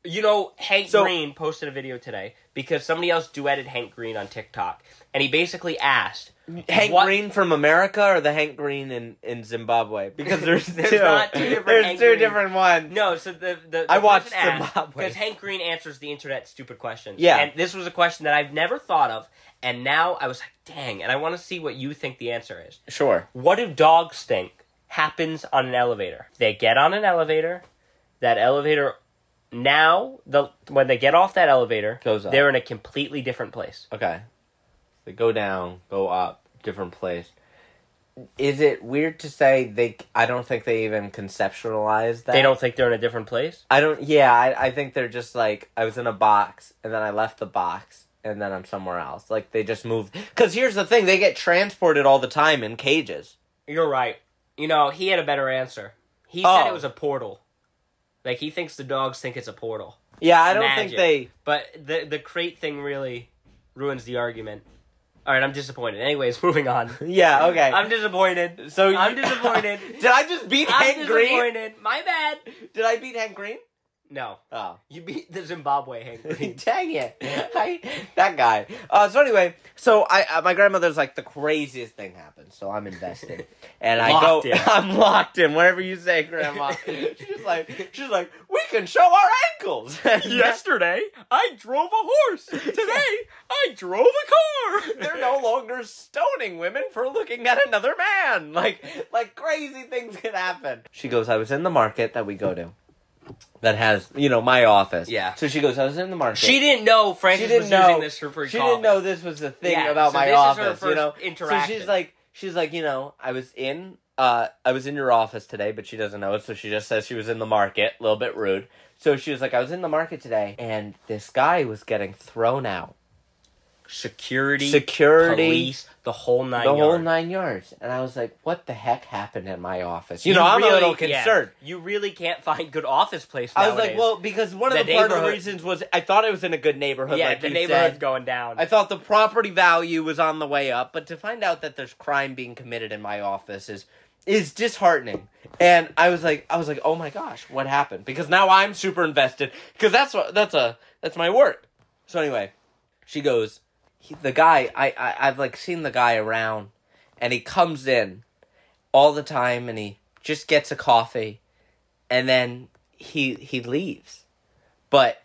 [SPEAKER 1] You know, Hank
[SPEAKER 2] So-
[SPEAKER 1] Green posted a video today because somebody else duetted Hank Green on TikTok, and he basically asked,
[SPEAKER 2] Hank
[SPEAKER 1] What-
[SPEAKER 2] Green from America or the Hank Green in, in Zimbabwe? Because there's,
[SPEAKER 1] There's
[SPEAKER 2] two.
[SPEAKER 1] not two different
[SPEAKER 2] There's
[SPEAKER 1] Hank
[SPEAKER 2] two
[SPEAKER 1] Greens.
[SPEAKER 2] different ones.
[SPEAKER 1] "No." So the the, the
[SPEAKER 2] I watched Zimbabwe.
[SPEAKER 1] because Hank Green answers the internet stupid questions.
[SPEAKER 2] Yeah.
[SPEAKER 1] and this was a question that I've never thought of, and now I was like, "Dang!" And I want to see what you think the answer is.
[SPEAKER 2] Sure.
[SPEAKER 1] What do dogs think happens on an elevator? They get on an elevator. That elevator. Now, the when they get off that elevator,
[SPEAKER 2] Goes up.
[SPEAKER 1] they're in a completely different place.
[SPEAKER 2] Okay. They go down, go up, different place. Is it weird to say they? I don't think they even conceptualize that.
[SPEAKER 1] They don't think they're in a different place.
[SPEAKER 2] I don't. Yeah, I, I think they're just like I was in a box and then I left the box and then I'm somewhere else. Like they just moved. Because here's the thing: they get transported all the time in cages.
[SPEAKER 1] You're right. You know, he had a better answer. He
[SPEAKER 2] Oh.
[SPEAKER 1] said it was a portal. Like he thinks the dogs think it's a portal.
[SPEAKER 2] Yeah, I don't
[SPEAKER 1] Imagine.
[SPEAKER 2] think they.
[SPEAKER 1] But the the crate thing really ruins the argument. All right, I'm disappointed. Anyways, moving on.
[SPEAKER 2] Yeah. Okay.
[SPEAKER 1] I'm disappointed.
[SPEAKER 2] so you-
[SPEAKER 1] I'm disappointed.
[SPEAKER 2] Did I just beat
[SPEAKER 1] I'm
[SPEAKER 2] Hank Green?
[SPEAKER 1] disappointed. My bad.
[SPEAKER 2] Did I beat Hank Green?
[SPEAKER 1] No,
[SPEAKER 2] Oh.
[SPEAKER 1] you beat the Zimbabwe Hank. Green.
[SPEAKER 2] Dang it! I, that guy. Uh, so anyway, so I uh, my grandmother's like the craziest thing happened, so I'm invested, and I
[SPEAKER 1] Locked
[SPEAKER 2] go.
[SPEAKER 1] in.
[SPEAKER 2] I'm locked in. Whatever you say, Grandma. she's like, she's like, we can show our ankles.
[SPEAKER 1] Yesterday, I drove a horse. Today, I drove a
[SPEAKER 2] They're no longer stoning women for looking at another man. Like, like crazy things can happen. She goes, I was in the market that we go to, that has you know my office.
[SPEAKER 1] Yeah.
[SPEAKER 2] So she goes, I was in the market.
[SPEAKER 1] She didn't know Francis
[SPEAKER 2] she didn't
[SPEAKER 1] was
[SPEAKER 2] know
[SPEAKER 1] using this for free
[SPEAKER 2] she
[SPEAKER 1] coffee.
[SPEAKER 2] didn't know this was the thing
[SPEAKER 1] Yeah,
[SPEAKER 2] about
[SPEAKER 1] so
[SPEAKER 2] my
[SPEAKER 1] this is her
[SPEAKER 2] office you
[SPEAKER 1] first
[SPEAKER 2] know so she's
[SPEAKER 1] interaction.
[SPEAKER 2] like she's like you know i was in uh i was in your office today but she doesn't know it so she just says she was in the market a little bit rude so she was like i was in the market today and this guy was getting thrown out
[SPEAKER 1] security,
[SPEAKER 2] Security.
[SPEAKER 1] police, the whole nine.
[SPEAKER 2] the whole
[SPEAKER 1] yards.
[SPEAKER 2] nine yards and i was like what the heck happened in my office you,
[SPEAKER 1] You
[SPEAKER 2] know i'm a
[SPEAKER 1] really-
[SPEAKER 2] little
[SPEAKER 1] yeah,
[SPEAKER 2] concerned
[SPEAKER 1] you really can't find good office place.
[SPEAKER 2] I was like,
[SPEAKER 1] nowadays.
[SPEAKER 2] well, because one of the,
[SPEAKER 1] The
[SPEAKER 2] part of the
[SPEAKER 1] neighborhood-
[SPEAKER 2] reasons was I thought I was in a good neighborhood.
[SPEAKER 1] yeah,
[SPEAKER 2] like
[SPEAKER 1] the
[SPEAKER 2] you
[SPEAKER 1] neighborhood's
[SPEAKER 2] said.
[SPEAKER 1] going down.
[SPEAKER 2] I thought the property value was on the way up, but to find out that there's crime being committed in my office is is disheartening. And I was like, I was like, oh my gosh, what happened? Because now I'm super invested because that's what that's a that's my work. So anyway, she goes, he, the guy I, I I've like seen the guy around, and he comes in all the time, and he just gets a coffee, and then he he leaves, but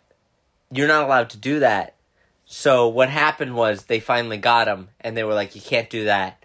[SPEAKER 2] you're not allowed to do that so what happened was they finally got him, and they were like, "You can't do that,"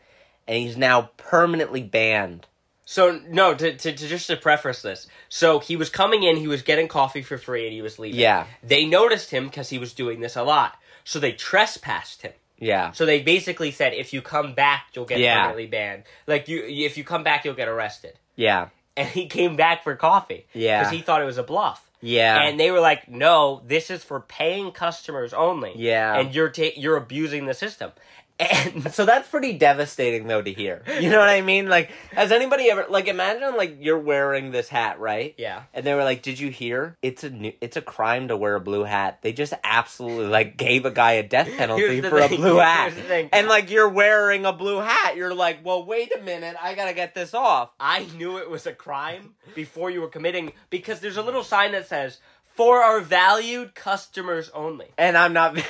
[SPEAKER 2] and he's now permanently banned.
[SPEAKER 1] so no, to, to, to just to preface this, so he was coming in, he was getting coffee for free, and he was leaving.
[SPEAKER 2] Yeah.
[SPEAKER 1] they noticed him because he was doing this a lot, so they trespassed him.
[SPEAKER 2] Yeah,
[SPEAKER 1] So they basically said, if you come back, you'll get
[SPEAKER 2] Yeah.
[SPEAKER 1] permanently banned. Like you, if you come back, you'll get arrested.
[SPEAKER 2] yeah,
[SPEAKER 1] And he came back for coffee.
[SPEAKER 2] Yeah.
[SPEAKER 1] because he thought it was a bluff.
[SPEAKER 2] yeah.
[SPEAKER 1] and they were like, "No, this is for paying customers only."
[SPEAKER 2] Yeah.
[SPEAKER 1] and you're ta- you're abusing the system, and
[SPEAKER 2] so that's pretty devastating, though, to hear. You know what I mean? Like, has anybody ever like imagine like you're wearing this hat, right?
[SPEAKER 1] yeah,
[SPEAKER 2] And they were like, "Did you hear? It's a new, it's a crime to wear a blue hat." They just absolutely like gave a guy a death penalty
[SPEAKER 1] Here's the
[SPEAKER 2] for a
[SPEAKER 1] thing.
[SPEAKER 2] blue hat.
[SPEAKER 1] Here's the thing.
[SPEAKER 2] And like you're wearing a blue hat, you're like, "Well, wait a minute, I gotta get this off."
[SPEAKER 1] I knew it was a crime before you were committing because there's a little sign that says for our valued customers only.
[SPEAKER 2] and I'm not.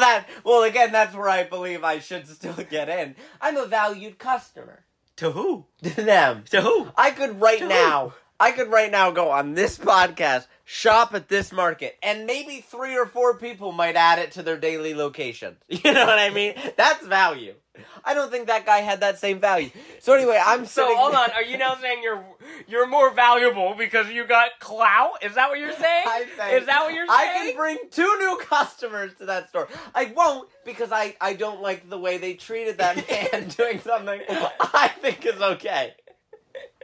[SPEAKER 2] that. Well, again, that's where I believe I should still get in.
[SPEAKER 1] I'm a valued customer. To who?
[SPEAKER 2] To them.
[SPEAKER 1] To who?
[SPEAKER 2] I could right
[SPEAKER 1] To who?
[SPEAKER 2] now. I could right now go on this podcast, shop at this market, and maybe three or four people might add it to their daily location. You know what I mean? That's value. I don't think that guy had that same value. So anyway, I'm
[SPEAKER 1] So
[SPEAKER 2] sitting-
[SPEAKER 1] hold on, are you now saying you're you're more valuable because you got clout? Is that what you're saying?
[SPEAKER 2] I'm saying-
[SPEAKER 1] Is that what you're saying?
[SPEAKER 2] I can bring two new customers to that store. I won't because I, I don't like the way they treated that man doing something I think is okay.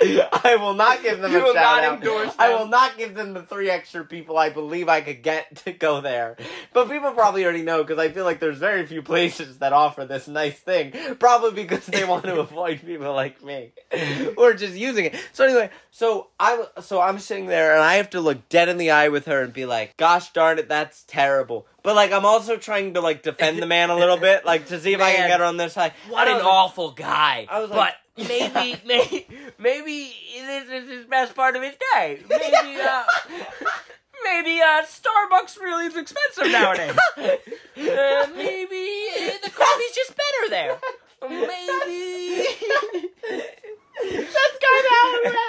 [SPEAKER 2] I will not give them
[SPEAKER 1] You
[SPEAKER 2] a
[SPEAKER 1] will
[SPEAKER 2] shout
[SPEAKER 1] not
[SPEAKER 2] out.
[SPEAKER 1] endorse
[SPEAKER 2] I
[SPEAKER 1] them.
[SPEAKER 2] will not give them the three extra people I believe I could get to go there. But people probably already know because I feel like there's very few places that offer this nice thing. Probably because they want to avoid people like me or just using it. So anyway, so I so I'm sitting there and I have to look dead in the eye with her and be like, "Gosh darn it, that's terrible." But like I'm also trying to like defend the man a little bit, like to see if I can
[SPEAKER 1] Man.
[SPEAKER 2] get her on this side.
[SPEAKER 1] What
[SPEAKER 2] And I
[SPEAKER 1] an
[SPEAKER 2] was like,
[SPEAKER 1] awful guy.
[SPEAKER 2] I was like-
[SPEAKER 1] but maybe, maybe, maybe this is his best part of his day. Maybe, uh, maybe uh, Starbucks really is expensive nowadays. Uh, maybe uh, the coffee's just better there. Maybe.
[SPEAKER 2] That's kind of how it went.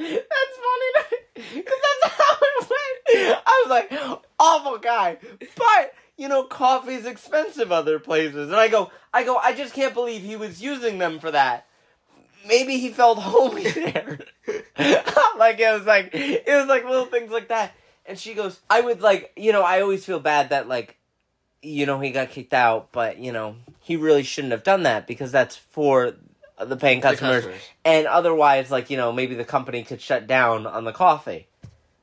[SPEAKER 2] That's funny because that's how it went. I was like, awful guy, but you know, coffee's expensive other places, and I go, I go, I just can't believe he was using them for that. Maybe he felt homey there. like it was like it was like little things like that. And she goes, I would like, you know, I always feel bad that like you know, he got kicked out, but you know, he really shouldn't have done that because that's for the paying customers.
[SPEAKER 1] customers.
[SPEAKER 2] And otherwise, like, you know, maybe the company could shut down on the coffee.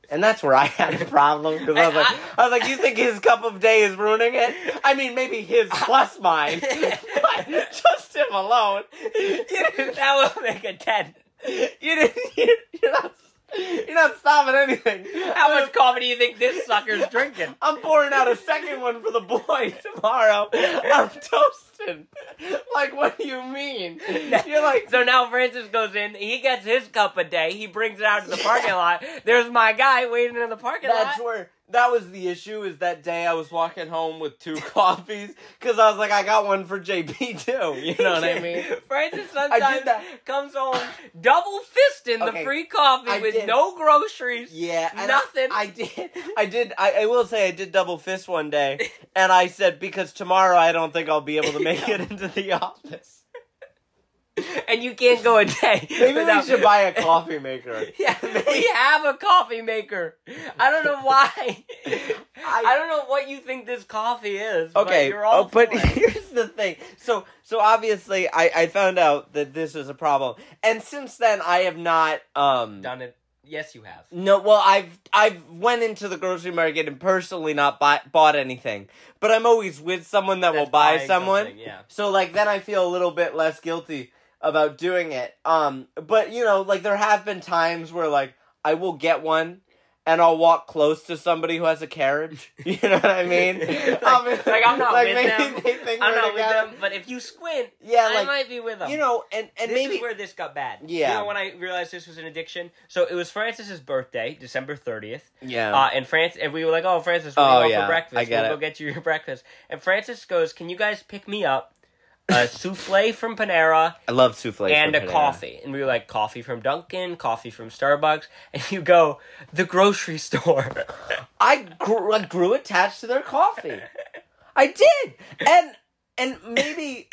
[SPEAKER 2] And that's where I had a problem because I
[SPEAKER 1] And
[SPEAKER 2] was like,
[SPEAKER 1] I-
[SPEAKER 2] I, was like, you think his cup of day is ruining it? I mean, maybe his plus mine, but just him alone. You didn't
[SPEAKER 1] That would make a 10.
[SPEAKER 2] you didn't, you- you're not, you're not stopping anything.
[SPEAKER 1] How much coffee do you think this sucker's drinking?
[SPEAKER 2] I'm pouring out a second one for the boy tomorrow. I'm toasting. Like, what do you mean? You're like,
[SPEAKER 1] So now Francis goes in, he gets his cup a day, he brings it out to the parking lot. There's my guy waiting in the parking lot.
[SPEAKER 2] that's where. That was the issue. Is that day I was walking home with two coffees because I was like, I got one for JP too. You know what I mean?
[SPEAKER 1] Francis
[SPEAKER 2] did
[SPEAKER 1] sometimes
[SPEAKER 2] that.
[SPEAKER 1] comes home double fisting
[SPEAKER 2] Okay.
[SPEAKER 1] the free coffee
[SPEAKER 2] I
[SPEAKER 1] with
[SPEAKER 2] did.
[SPEAKER 1] no groceries.
[SPEAKER 2] Yeah, and I-
[SPEAKER 1] Nothing.
[SPEAKER 2] I, did. I did. I, I will say I did double fist one day, and I said because tomorrow I don't think I'll be able to make it into the office.
[SPEAKER 1] And you can't go a day.
[SPEAKER 2] Maybe we
[SPEAKER 1] without-
[SPEAKER 2] should buy a coffee maker.
[SPEAKER 1] Yeah, we have a coffee maker. I don't know why. I, don't know what you think this coffee is.
[SPEAKER 2] Okay,
[SPEAKER 1] but you're all
[SPEAKER 2] oh, but
[SPEAKER 1] for it.
[SPEAKER 2] here's the thing. So, so obviously, I I found out that this was a problem, and since then, I have not um
[SPEAKER 1] done it. Yes, you have.
[SPEAKER 2] no, well, I've I've went into the grocery market and personally not buy, bought anything, but I'm always with someone that will
[SPEAKER 1] That's
[SPEAKER 2] buy
[SPEAKER 1] buying
[SPEAKER 2] someone.
[SPEAKER 1] something, yeah.
[SPEAKER 2] So like then I feel a little bit less guilty about doing it. Um, but you know, like there have been times where like I will get one. And I'll walk close to somebody who has a carriage. You know what I mean?
[SPEAKER 1] Like-
[SPEAKER 2] I'll be-
[SPEAKER 1] like, I'm not with
[SPEAKER 2] maybe
[SPEAKER 1] them.
[SPEAKER 2] they think
[SPEAKER 1] I'm
[SPEAKER 2] we're
[SPEAKER 1] not with
[SPEAKER 2] together.
[SPEAKER 1] them, but if you squint,
[SPEAKER 2] Yeah,
[SPEAKER 1] I
[SPEAKER 2] like
[SPEAKER 1] might be with them.
[SPEAKER 2] you know, and and
[SPEAKER 1] this
[SPEAKER 2] maybe
[SPEAKER 1] is where this got bad.
[SPEAKER 2] Yeah.
[SPEAKER 1] You know when I realized this was an addiction? So it was Francis's birthday, December 30th.
[SPEAKER 2] yeah.
[SPEAKER 1] Uh, and France and we were like, "Oh, Francis, we're
[SPEAKER 2] Oh,
[SPEAKER 1] going
[SPEAKER 2] yeah.
[SPEAKER 1] for breakfast.
[SPEAKER 2] I get
[SPEAKER 1] we'll
[SPEAKER 2] it.
[SPEAKER 1] go get you your breakfast." And Francis goes, "Can you guys pick me up a souffle from Panera
[SPEAKER 2] I love souffle
[SPEAKER 1] and a coffee?" And we were like, "Coffee from Dunkin', coffee from Starbucks." And you go, "The grocery store."
[SPEAKER 2] I grew, I grew attached to their coffee. I did, and and maybe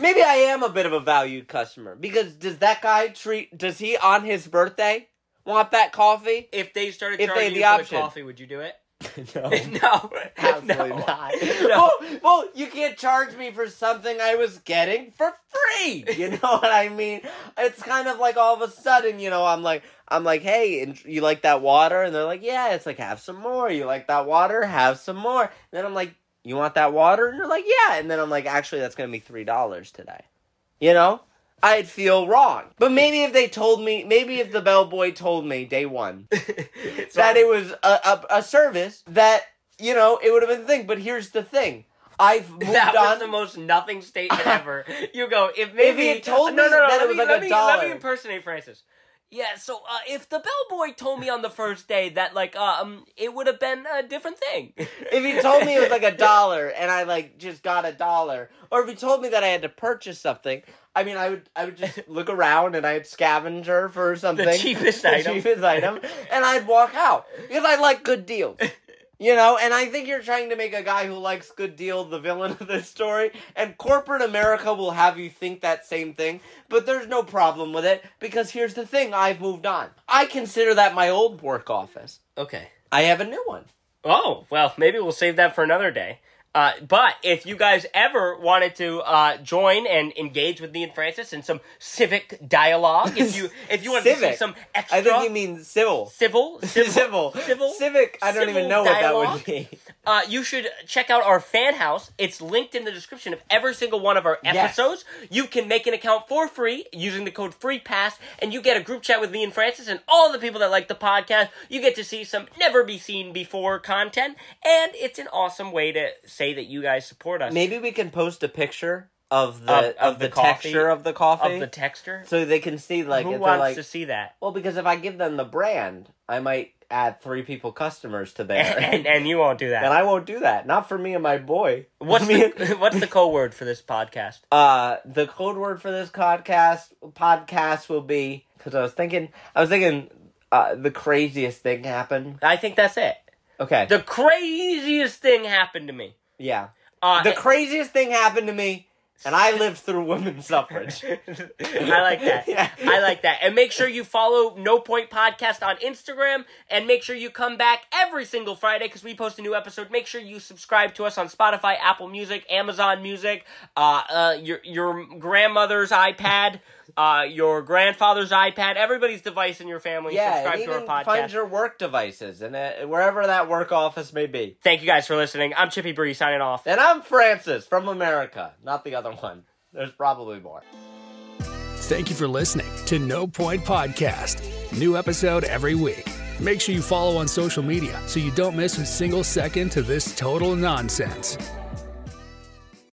[SPEAKER 2] maybe I am a bit of a valued customer because does that guy treat? Does he on his birthday want that coffee?
[SPEAKER 1] if they started
[SPEAKER 2] If they
[SPEAKER 1] charging
[SPEAKER 2] had the
[SPEAKER 1] you for
[SPEAKER 2] option.
[SPEAKER 1] the coffee, would you do it?
[SPEAKER 2] No.
[SPEAKER 1] no,
[SPEAKER 2] Absolutely
[SPEAKER 1] No.
[SPEAKER 2] not.
[SPEAKER 1] No.
[SPEAKER 2] Well, well, you can't charge me for something I was getting for free. You know what I mean? It's kind of like all of a sudden, you know, I'm like, I'm like, hey, and you like that water? And they're like, yeah. It's like, have some more. You like that water? Have some more. And then I'm like, you want that water? And you're like, yeah. And then I'm like, actually, that's gonna be three dollars today. You know. I'd feel wrong. But maybe if they told me, maybe if the bellboy told me day one,
[SPEAKER 1] So
[SPEAKER 2] that it was a, a, a service that you know it would have been the thing. But here's the thing: I've moved
[SPEAKER 1] That
[SPEAKER 2] on.
[SPEAKER 1] was the most nothing statement ever. You go, if
[SPEAKER 2] If
[SPEAKER 1] maybe
[SPEAKER 2] he had told
[SPEAKER 1] no,
[SPEAKER 2] me
[SPEAKER 1] no, no,
[SPEAKER 2] that
[SPEAKER 1] let
[SPEAKER 2] it was
[SPEAKER 1] me,
[SPEAKER 2] like
[SPEAKER 1] let
[SPEAKER 2] a
[SPEAKER 1] me,
[SPEAKER 2] dollar.
[SPEAKER 1] Let me impersonate Francis. Yeah, so uh, if the bellboy told me on the first day that like um it would have been a different thing.
[SPEAKER 2] If he told me it was like a dollar and I like just got a dollar, or if he told me that I had to purchase something, I mean, I would I would just look around and I'd scavenger for something,
[SPEAKER 1] cheapest
[SPEAKER 2] the
[SPEAKER 1] item.
[SPEAKER 2] cheapest item, and I'd walk out because I like good deals. You know, and I think you're trying to make a guy who likes good deal the villain of this story, and corporate America will have you think that same thing, but there's no problem with it because here's the thing I've moved on. I consider that my old work office.
[SPEAKER 1] okay.
[SPEAKER 2] I have a new one.
[SPEAKER 1] Oh, well, maybe we'll save that for another day. Uh, but if you guys ever wanted to uh, join and engage with me and Francis in some civic dialogue, if you if you want to see
[SPEAKER 2] Civic?
[SPEAKER 1] some extra
[SPEAKER 2] I think you mean civil.
[SPEAKER 1] civil civil
[SPEAKER 2] civil.
[SPEAKER 1] civil
[SPEAKER 2] Civic, I don't
[SPEAKER 1] civil
[SPEAKER 2] even know what that
[SPEAKER 1] dialogue.
[SPEAKER 2] would be.
[SPEAKER 1] Uh, you should check out our fan house. It's linked in the description of every single one of our
[SPEAKER 2] Yes.
[SPEAKER 1] episodes. You can make an account for free using the code FREEPASS, and you get a group chat with me and Francis and all the people that like the podcast. You get to see some never be seen before content, and it's an awesome way to say that you guys support us.
[SPEAKER 2] Maybe we can post a picture of the
[SPEAKER 1] Of-
[SPEAKER 2] of,
[SPEAKER 1] of the
[SPEAKER 2] the,
[SPEAKER 1] coffee.
[SPEAKER 2] texture of the coffee.
[SPEAKER 1] of the texture.
[SPEAKER 2] so they can see like
[SPEAKER 1] Who
[SPEAKER 2] if they're
[SPEAKER 1] wants
[SPEAKER 2] like
[SPEAKER 1] to see that?
[SPEAKER 2] well because if I give them the brand, I might add three people customers to there.
[SPEAKER 1] And, and you won't do that.
[SPEAKER 2] And I won't do that. Not for me and my boy.
[SPEAKER 1] what's
[SPEAKER 2] me
[SPEAKER 1] the, what's the code word for this podcast?
[SPEAKER 2] uh the code word for this podcast podcast will be cuz I was thinking I was thinking uh, the craziest thing happened.
[SPEAKER 1] I think that's it.
[SPEAKER 2] Okay.
[SPEAKER 1] The craziest thing happened to me.
[SPEAKER 2] yeah.
[SPEAKER 1] Uh,
[SPEAKER 2] The craziest thing happened to me, and I lived through women's suffrage.
[SPEAKER 1] I like that.
[SPEAKER 2] Yeah.
[SPEAKER 1] I like that. And make sure you follow No Point Podcast on Instagram and make sure you come back every single Friday because we post a new episode. Make sure you subscribe to us on Spotify, Apple Music, Amazon Music, uh, uh, your your grandmother's iPad, uh, your grandfather's iPad, everybody's device in your family.
[SPEAKER 2] Yeah, and
[SPEAKER 1] subscribe to
[SPEAKER 2] even
[SPEAKER 1] our podcast.
[SPEAKER 2] find your work devices and uh, wherever that work office may be.
[SPEAKER 1] Thank you guys for listening. I'm Chippy Bree signing off.
[SPEAKER 2] And I'm Francis from America, not the other one. There's probably more.
[SPEAKER 5] Thank you for listening to No Point Podcast. New episode every week. Make sure you follow on social media so you don't miss a single second to this total nonsense.